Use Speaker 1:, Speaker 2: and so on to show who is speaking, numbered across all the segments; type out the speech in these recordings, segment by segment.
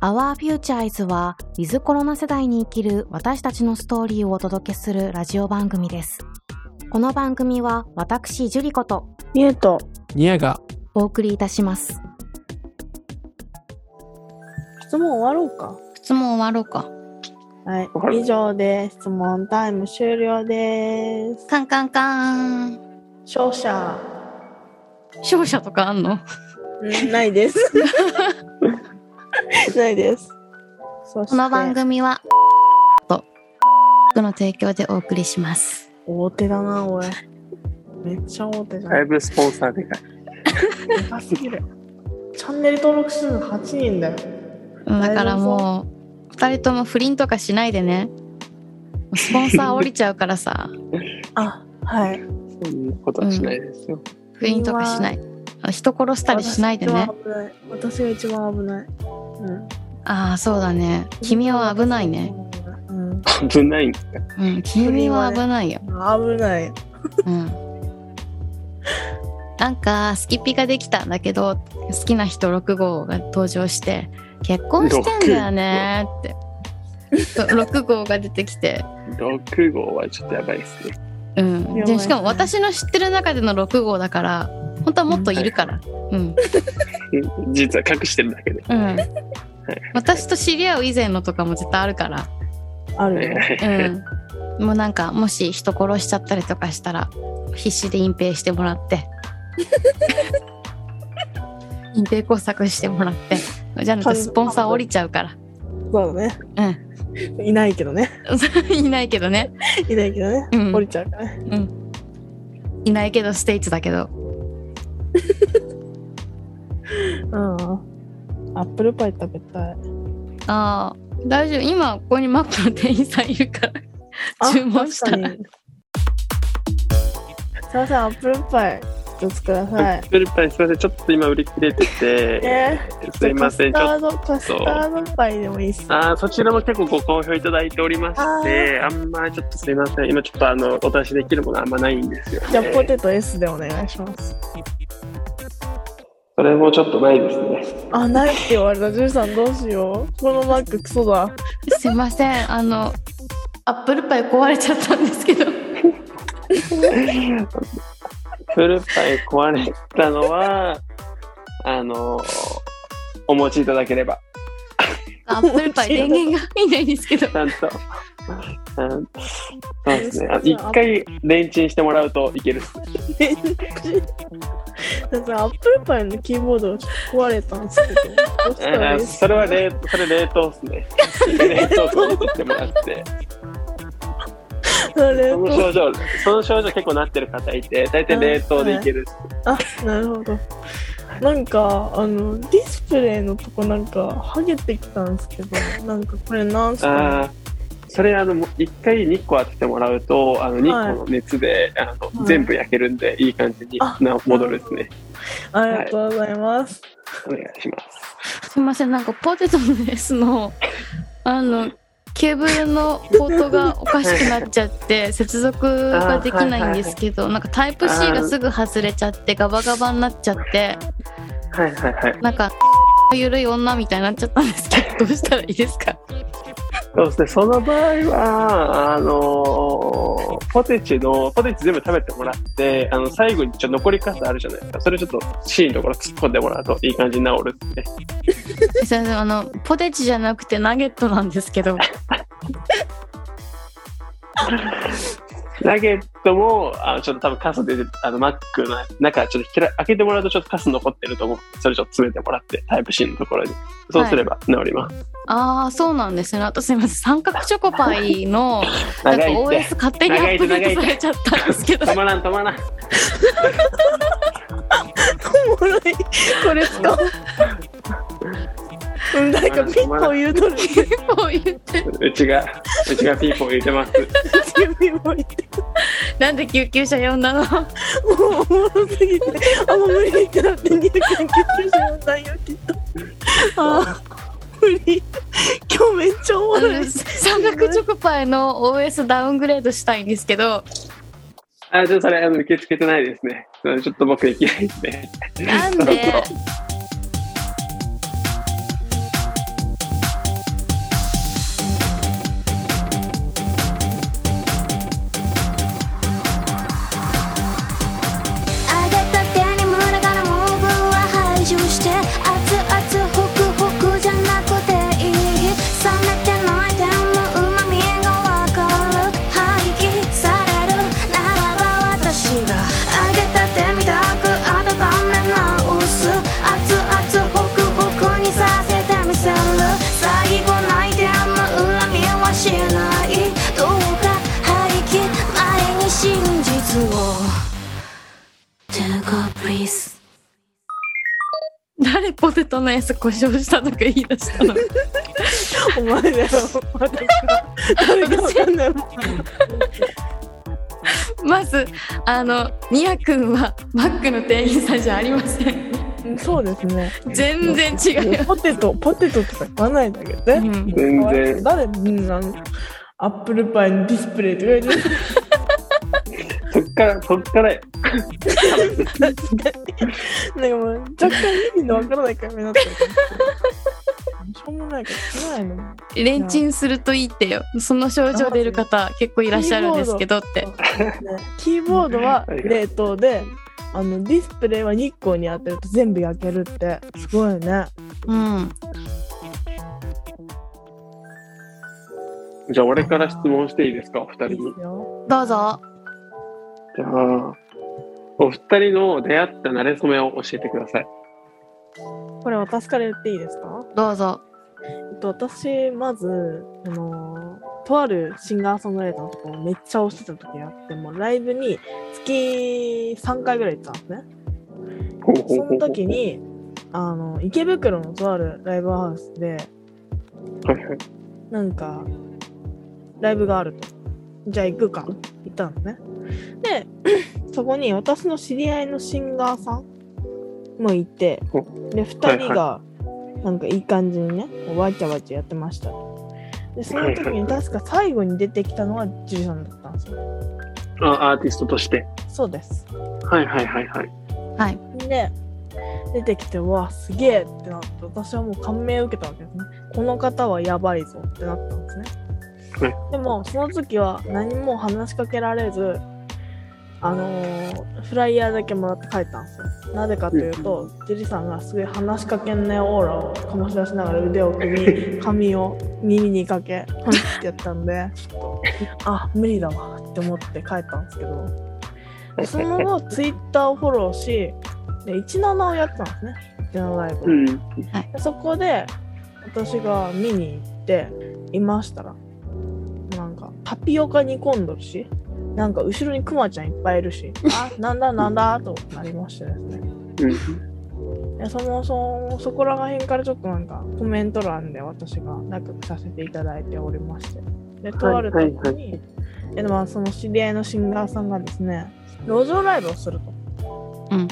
Speaker 1: Our Future Is は、ウィズコロナ世代に生きる私たちのストーリーをお届けするラジオ番組です。この番組は、私、ジュリコと
Speaker 2: ミュート。
Speaker 3: ニヤが
Speaker 1: お送りいたします。
Speaker 2: 質問終わろうか。
Speaker 4: 質問終わろうか。
Speaker 2: はい
Speaker 3: わか。る
Speaker 2: 以上で質問タイム終了です。
Speaker 4: カンカンカーン。
Speaker 2: 勝者。
Speaker 4: 勝者とかあんの
Speaker 2: うんないです。ないです。そして
Speaker 4: この番組は、 と、僕の提供でお送りします。
Speaker 2: 大手だな、おい。めっちゃ大手じゃ
Speaker 3: だ
Speaker 2: ん
Speaker 3: い。ぶスポンサーでかい。
Speaker 2: でかすぎる。チャンネル登録数8人だよ。
Speaker 4: うんだからもう、二人とも不倫とかしないでね。スポンサー降りちゃうから さ、
Speaker 2: あ、はい。
Speaker 3: そんなことはしないですよ。
Speaker 4: 不倫とかしない。あ人殺したりしないでね。
Speaker 2: 私が一番危ない。私が一番危ない。うん。
Speaker 4: ああ、そうだね。君は危ないね。。
Speaker 2: うん。
Speaker 3: 危ないんだ。
Speaker 4: うん、君は危ないよ。
Speaker 2: 危ない。
Speaker 4: うん。なんか、スキピができたんだけど、好きな人6号が登場して、結婚してんだよねって。そう6号が出てきて、
Speaker 3: 6号はちょっとやばいですね。
Speaker 4: うん。
Speaker 2: やばい
Speaker 4: で、しかも私の知ってる中での6号だから、本当はもっといるから。うん。
Speaker 3: 実は隠してるだけで。
Speaker 4: うん。私と知り合う以前のとかも絶対あるから。
Speaker 2: あるよ。
Speaker 4: うん。もうなんか、もし人殺しちゃったりとかしたら、必死で隠蔽してもら って。隠蔽工作してもらって。じゃないとスポンサー降りちゃうから。
Speaker 2: そうだね。うん。いないけどね。
Speaker 4: いないけどね。
Speaker 2: いないけどね。
Speaker 4: うん
Speaker 2: 降りちゃうからね。
Speaker 4: いないけど、ステイツだけど。
Speaker 2: うん。アップルパイ食べたい。
Speaker 4: ああ、大丈夫。今、ここにマックの店員さんいる から。
Speaker 2: あ
Speaker 4: 注文した
Speaker 2: 確
Speaker 4: ら
Speaker 2: かにすいません、アップルパイ一つください。
Speaker 3: フルパイ すいません、ちょっと今売り切れてて、
Speaker 2: え
Speaker 3: すいません、ち
Speaker 2: カ
Speaker 3: ょ
Speaker 2: ス
Speaker 3: っ
Speaker 2: タード、カスタードパイでもいいっす。
Speaker 3: と。あーそちらも結構ご好評いただいておりまして、あんまりちょっとすいません、今ちょっとあのお出しできるものあんまないんですよ、
Speaker 2: じゃあ、ポテト S でお願いします。
Speaker 3: それもちょっとないですね。
Speaker 2: あ、ないって言われた。ジュンさんどうしよう。このマッククソだ。
Speaker 4: すいません。あの、アップルパイ壊れちゃったんですけど。
Speaker 3: フルパイ壊れたのは、あの、お持ちいただければ、
Speaker 4: アップルパイ電源が入んないんですけど。
Speaker 3: ちゃんと。うんそうですね。あ一回レンチンしてもらうといける。
Speaker 2: だってアップルパイのキーボードが壊れたんですけど。どうしたらいい
Speaker 3: あ
Speaker 2: っす
Speaker 3: それ は冷それ冷凍です ね。冷凍庫に取ってもらって、
Speaker 2: それ
Speaker 3: その症状、その症状結構なってる方いて、大体冷凍でいけるっす。
Speaker 2: あなるほどなんかあのディスプレイのとこなんかハゲてきたんですけどなんかこれなんすか
Speaker 3: ああ、それあのもう一回日光当ててもらうと、あの日光の熱で、あの
Speaker 2: はい
Speaker 3: 全部焼けるんでいい感じに
Speaker 2: あ
Speaker 3: な戻るですね。
Speaker 2: ありがとうございます、
Speaker 3: お願いします。
Speaker 4: すいませんなんかポテトのレースのあのケーブルのポートがおかしくなっちゃって接続ができないんですけどなんかタイプ C がすぐ外れちゃってガバガバになっちゃって
Speaker 3: はいはいはい。
Speaker 4: なんかゆるい女みたいになっちゃったんですけどどうしたらいいですか
Speaker 3: そうですね。その場合はあのーポテチのポテチ全部食べてもらって、あの最後にちょっと残りカスあるじゃないですか。それちょっと芯のところ突っ込んでもらうといい感じに治るっすね。
Speaker 4: すいませんあのポテチじゃなくてナゲットなんですけど
Speaker 3: ナゲットも、あのちょっと多分カスで、あの、マックの中、ちょっとひら開けてもらうとちょっとカス残ってると思う。それちょっと詰めてもらって、タイプ C のところに。そうすれば治ります。
Speaker 4: ああそうなんですねあとすいません三角チョコパイのなんか
Speaker 3: 長いっ
Speaker 4: OS 勝手にアップデートされちゃったんですけ
Speaker 3: て。
Speaker 4: ど
Speaker 3: 止まらん止まらん。
Speaker 2: おもろいこれ使おううんなんかピンポン言うとる
Speaker 4: こういう
Speaker 3: うちが、うちがピーポン言ってます。
Speaker 2: 指もいて
Speaker 4: なんで救急車呼んだの
Speaker 2: もうおもろすぎてあもう無理ってなって入学研究所の内容きっとあー無理今日めっちゃおもろい
Speaker 4: 三角チョコパイの OS ダウングレードしたいんですけ
Speaker 3: あ、
Speaker 4: ど
Speaker 3: ちょっとそれ、あの、受け付けてないですね。それちょっと僕できないんで。
Speaker 4: なんで
Speaker 3: そう
Speaker 5: 上げた手に群がるモーブンは排除して熱々ホクホクじゃなくていい冷めてないでも旨味がわかる廃棄されるならば私が上げた手みたく温め直す熱々ホクホクにさせてみせる最後ないでも恨みはしないどうか廃棄前に真実を Tega, please.
Speaker 4: 誰ポテトのやつ故障したとか言い出した の
Speaker 2: お前だよ。私が誰かわかんない。
Speaker 4: まずあのニア君はマックの店員さんじゃありません
Speaker 2: そうですね。
Speaker 4: 全然違うよ、
Speaker 2: ポテト、ポテトとか言わないんだけど
Speaker 4: う
Speaker 2: ね。
Speaker 4: ん、
Speaker 3: 全然
Speaker 2: 誰、うん、あのアップルパイのディスプレイとか言われて
Speaker 3: そっから、そっからよ、
Speaker 2: なんかもう若干意味のわからない会話になってるから。しょうもないからしないの。
Speaker 4: レンチンするといいってよその症状出る方結構いらっしゃるんですけどって
Speaker 2: キーボードは
Speaker 3: ありがとう
Speaker 2: 冷凍で、あのディスプレイは日光に当てると全部焼けるってすごいよね。
Speaker 4: うん
Speaker 3: じゃあ俺から質問していいですか、お二人
Speaker 2: いい
Speaker 3: に
Speaker 2: で。すよ。
Speaker 4: どうぞ
Speaker 3: じゃあ、お二人の出会った馴れ初めを教えてください。
Speaker 2: これ私から言っていいですか？
Speaker 4: どうぞ
Speaker 2: えっと私まずあのーとあるシンガーソングライターの人をめっちゃ推してた時があってもうライブに月3回ぐらい行ってたんですね。
Speaker 3: ほうほうほ
Speaker 2: そ
Speaker 3: うほ
Speaker 2: の
Speaker 3: う
Speaker 2: 時。にあの池袋のとあるライブハウスで
Speaker 3: はいはい。
Speaker 2: なんかライブがあるとじゃあ行くか行ったんですねで そこに私の知り合いのシンガーさんもいて
Speaker 3: お
Speaker 2: で2人がなんかいい感じにねこうわちゃわちゃやってましたでその時に確か最後に出てきたのはジュリさんだったんですよ
Speaker 3: あ、アーティストとして。
Speaker 2: そうです
Speaker 3: はいはいはいはい。
Speaker 4: はい
Speaker 2: で出てきてうわすげえってなって私はもう感銘を受けたわけですねこの方はやばいぞってなったんですね
Speaker 3: はい
Speaker 2: でもその時は何も話しかけられずあのーフライヤーだけもらって帰ったんですよなぜかというと、ジェリさんがすごい話しかけんねオーラを醸し出しながら腕を組 み髪を耳にかけパンってやったんでちょっとあ無理だわって思って帰ったんですけどその後、ツイッターをフォローし、で17をやってたんですね、17ライブ。
Speaker 3: うん。
Speaker 2: でそこで、私が見に行って、いましたら、なんか、タピオカ煮込んどるし、なんか、後ろにクマちゃんいっぱいいる し、あ、なんだなんだ、となりましてですね。
Speaker 3: うん。
Speaker 2: でそもそも、そこら辺からちょっとなんか、コメント欄で私が仲良くさせていただいておりまして。で、とある時に、
Speaker 3: はいはいはい
Speaker 2: えまあその知り合いのシンガーさんがですね、路上ライブをすると。
Speaker 3: うん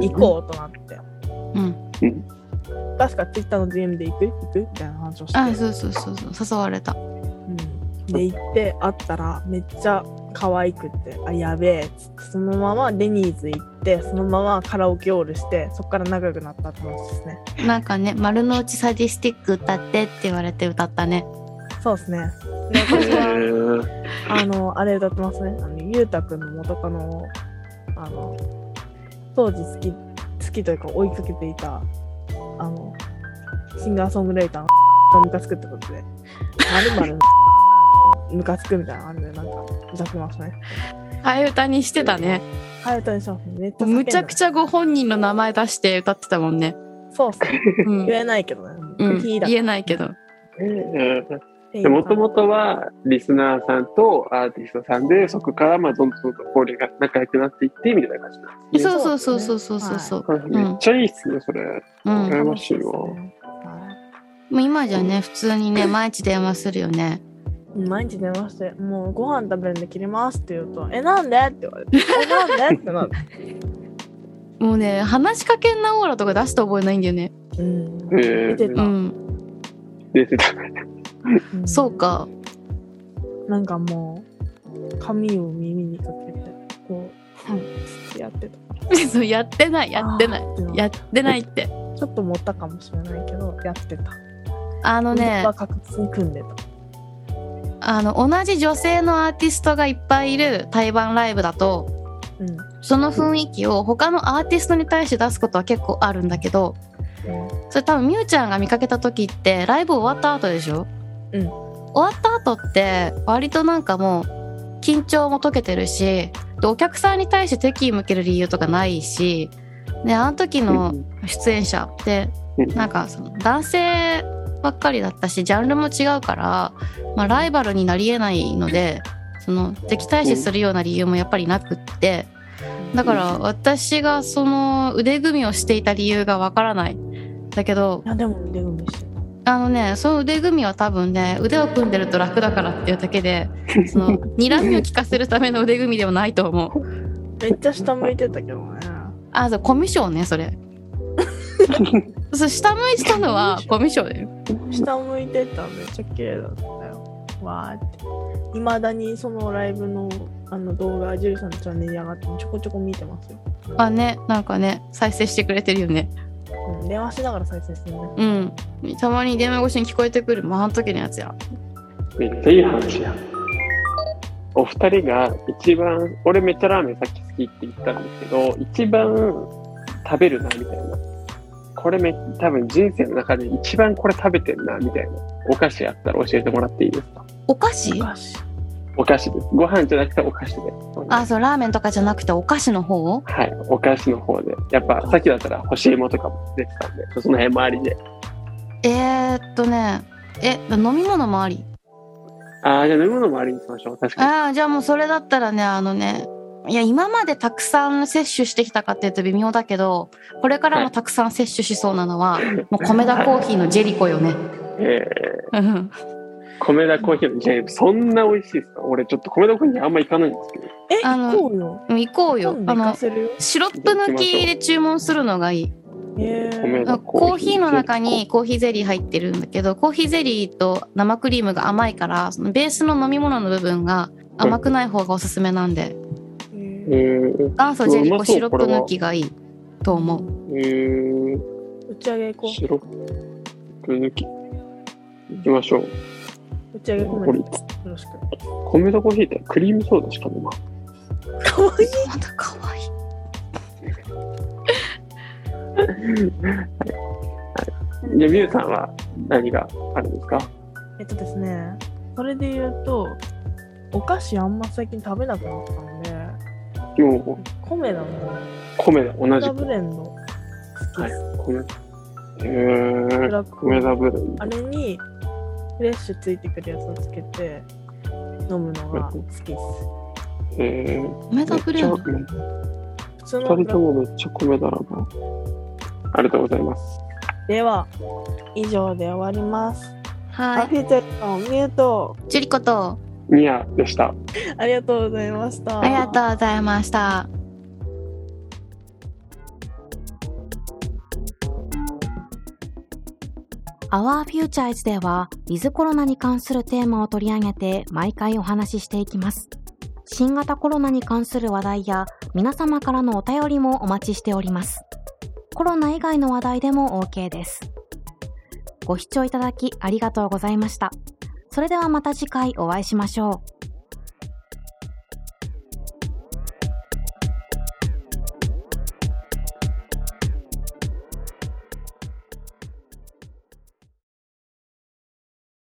Speaker 2: 行こうとなって、
Speaker 4: うん
Speaker 2: 確か Twitter の DM で行く行くみたいな話をして、
Speaker 4: あそうそうそうそう誘われた
Speaker 2: うん、で行って会ったらめっちゃ可愛くってあやべえっつってそのままデニーズ行ってそのままカラオケオールしてそこから仲良くなったって話ですね
Speaker 4: なんかね丸の内サディスティック歌ってって言われて歌ったね
Speaker 2: そうですねで私
Speaker 3: へ
Speaker 2: は
Speaker 3: ー
Speaker 2: あの、あれ歌ってますね。あの、ゆうたくんの元カノを、あの、当時好き、好きというか追いかけていた、あの、シンガーソングライターの がムカつくってことで、まるま るムカつくみたいな感じで、なんか、歌ってますね。
Speaker 4: 替え歌にしてたね
Speaker 2: はや歌にしますね。めっちゃ
Speaker 4: むちゃく
Speaker 2: ゃ。
Speaker 4: ちゃご本人の名前出して歌ってたもんね
Speaker 2: そうっすね。
Speaker 4: うん
Speaker 2: 言えないけどね。
Speaker 4: うん、
Speaker 2: キーだ
Speaker 4: 言えないけど。
Speaker 3: えー
Speaker 2: っていう
Speaker 3: でもともとはリスナーさんとアーティストさんでそこからまあどんどんどんどん交流が仲良くなっていってみたいな感じなんですね。
Speaker 4: そうそうそうそうそうそうそう。
Speaker 3: めっちゃいいっすねそれ。
Speaker 4: うん、も
Speaker 3: 羨
Speaker 4: う
Speaker 3: ましいわ
Speaker 2: は
Speaker 4: 今じゃね、普通 にね、毎日電話するよね。
Speaker 2: い毎日電話して、もうご飯食べるんで切りますって言うと、え、なんでって言わ れて、え、なんでってなって。
Speaker 4: もうね、話しかけんなオーラとか出した覚えないんだよね。
Speaker 2: うん
Speaker 3: え
Speaker 2: 見て
Speaker 4: う
Speaker 2: た、
Speaker 4: ん、
Speaker 3: 出てた。
Speaker 2: ん
Speaker 4: そうか。
Speaker 2: なんかもう髪を耳にかけてやってた
Speaker 4: そうやってないやってない
Speaker 2: あー
Speaker 4: やってないって
Speaker 2: ちょっと持ったかもしれないけどやってた
Speaker 4: あのね
Speaker 2: は確実に組んでた
Speaker 4: あの同じ女性のアーティストがいっぱいいる台湾ライブだと
Speaker 2: うん
Speaker 4: その雰囲気を他のアーティストに対して出すことは結構あるんだけどそれ多分みゆちゃんが見かけた時ってライブ終わった後でしょ
Speaker 2: うん
Speaker 4: 終わった後って割となんかもう緊張も解けてるしでお客さんに対して敵意向ける理由とかないしであの時の出演者って
Speaker 3: うん
Speaker 4: なんかその男性ばっかりだったしジャンルも違うから、まあ、ライバルになりえないのでその敵対視するような理由もやっぱりなくってだから私がその腕組みをしていた理由がわからないだけど
Speaker 2: いやでも腕組みしてた
Speaker 4: あのねその腕組みは多分ね腕を組んでると楽だからっていうだけでその睨みを効かせるための腕組みではないと思う
Speaker 2: めっちゃ下向いてたけどね
Speaker 4: あそうコミュ障ねそれそう下向いてたのはコミュ障だよ
Speaker 2: 下向いてためっちゃ綺麗だったよわーっていまだにそのライブのあの動画ジュリさんのチャンネルに上がってもちょこちょこ見てますよ、
Speaker 4: あねなんかね再生してくれてるよね
Speaker 2: うん、電話しながら再生するね
Speaker 4: うんたまに電話越しに聞こえてくるまああの時のやつや
Speaker 3: めっちゃいい話や。お二人が一番、俺めっちゃラーメンさっき好きって言ったんですけど、一番食べるな、みたいな。これめ、多分人生の中で一番これ食べてんな、みたいな。お菓子あったら教えてもらっていいですか
Speaker 4: お菓子
Speaker 2: 昔
Speaker 3: お菓子です。ご飯じゃなくてお菓子で。
Speaker 4: あそうラーメンとかじゃなくてお菓子の方
Speaker 3: はい、お菓子の方で。やっぱさっきだったら干し芋とかも出てたんで、その辺周りで。
Speaker 4: えー、っとねえ飲み物もあり
Speaker 3: ああ、じゃあ飲み物周りにしましょう。確かに。
Speaker 4: ああじゃあもうそれだったらねあのねいや今までたくさん摂取してきたかっていうと微妙だけどこれからもたくさん摂取しそうなのは、もう米田コーヒーのジェリコよ ね。
Speaker 3: え
Speaker 4: うん
Speaker 3: ー、米田コーヒーのジェーム、そんな美味しいですか俺ちょっと米田コーヒーあんま行かないんですけど。
Speaker 2: え
Speaker 4: あの
Speaker 2: 行こうよ
Speaker 4: 行こうよ
Speaker 2: 今度
Speaker 4: あ
Speaker 2: 行
Speaker 4: の
Speaker 2: かせるよ
Speaker 4: シロップ抜きで注文するのがいい
Speaker 2: えー
Speaker 3: 米田
Speaker 4: コーヒーの中にコーヒーゼリー入ってるんだけどコーヒーゼリーと生クリームが甘いからそのベースの飲み物の部分が甘くない方がおすすめなんで
Speaker 2: え
Speaker 3: う
Speaker 2: ー
Speaker 3: ーん
Speaker 4: 元祖ジェリ
Speaker 3: う
Speaker 4: コ
Speaker 3: まそう
Speaker 4: シロップ抜きがいいと思う
Speaker 3: うーん
Speaker 2: 打ち上げ行こ
Speaker 3: シロップ抜き行きましょう
Speaker 2: う打ち上げコメ
Speaker 3: これ
Speaker 2: ントよろしく
Speaker 3: 米田コーヒーってクリームソーダしか飲まん
Speaker 2: かわいい
Speaker 4: また可愛い
Speaker 3: じゃあみゆさんは何があるんですか
Speaker 2: えっとですね、それで言うと、お菓子あんま最近食べなくなったので、
Speaker 3: もう
Speaker 2: 米だも
Speaker 3: 米田同
Speaker 2: ん。
Speaker 3: じ
Speaker 2: ダ
Speaker 3: く
Speaker 2: ブレンド好きです。
Speaker 3: 米田へ
Speaker 2: ブ
Speaker 3: ー
Speaker 2: ラック
Speaker 3: 米田ブル
Speaker 2: あれにフレッシュついてくるやつをつけて飲むのが好きです。
Speaker 3: へー
Speaker 4: 梅田ブレンド
Speaker 3: めっち
Speaker 2: 普通
Speaker 3: ゃ
Speaker 2: のブ
Speaker 3: 二
Speaker 2: ラ
Speaker 3: 人
Speaker 2: ッ
Speaker 3: ともめっちゃ米田ラブありがとうございます
Speaker 2: クでは、以上で終わります。
Speaker 4: は
Speaker 2: アフィーチャーのミュート、
Speaker 4: いジェリコと
Speaker 3: ニアでした
Speaker 2: ありがとうございました。
Speaker 4: ありがとうございました
Speaker 1: アワーフューチャーズでは、ウィズコロナに関するテーマを取り上げて毎回お話ししていきます。新型コロナに関する話題や皆様からのお便りもお待ちしております。コロナ以外の話題でも OK です。ご視聴いただきありがとうございました。それではまた次回お会いしましょう。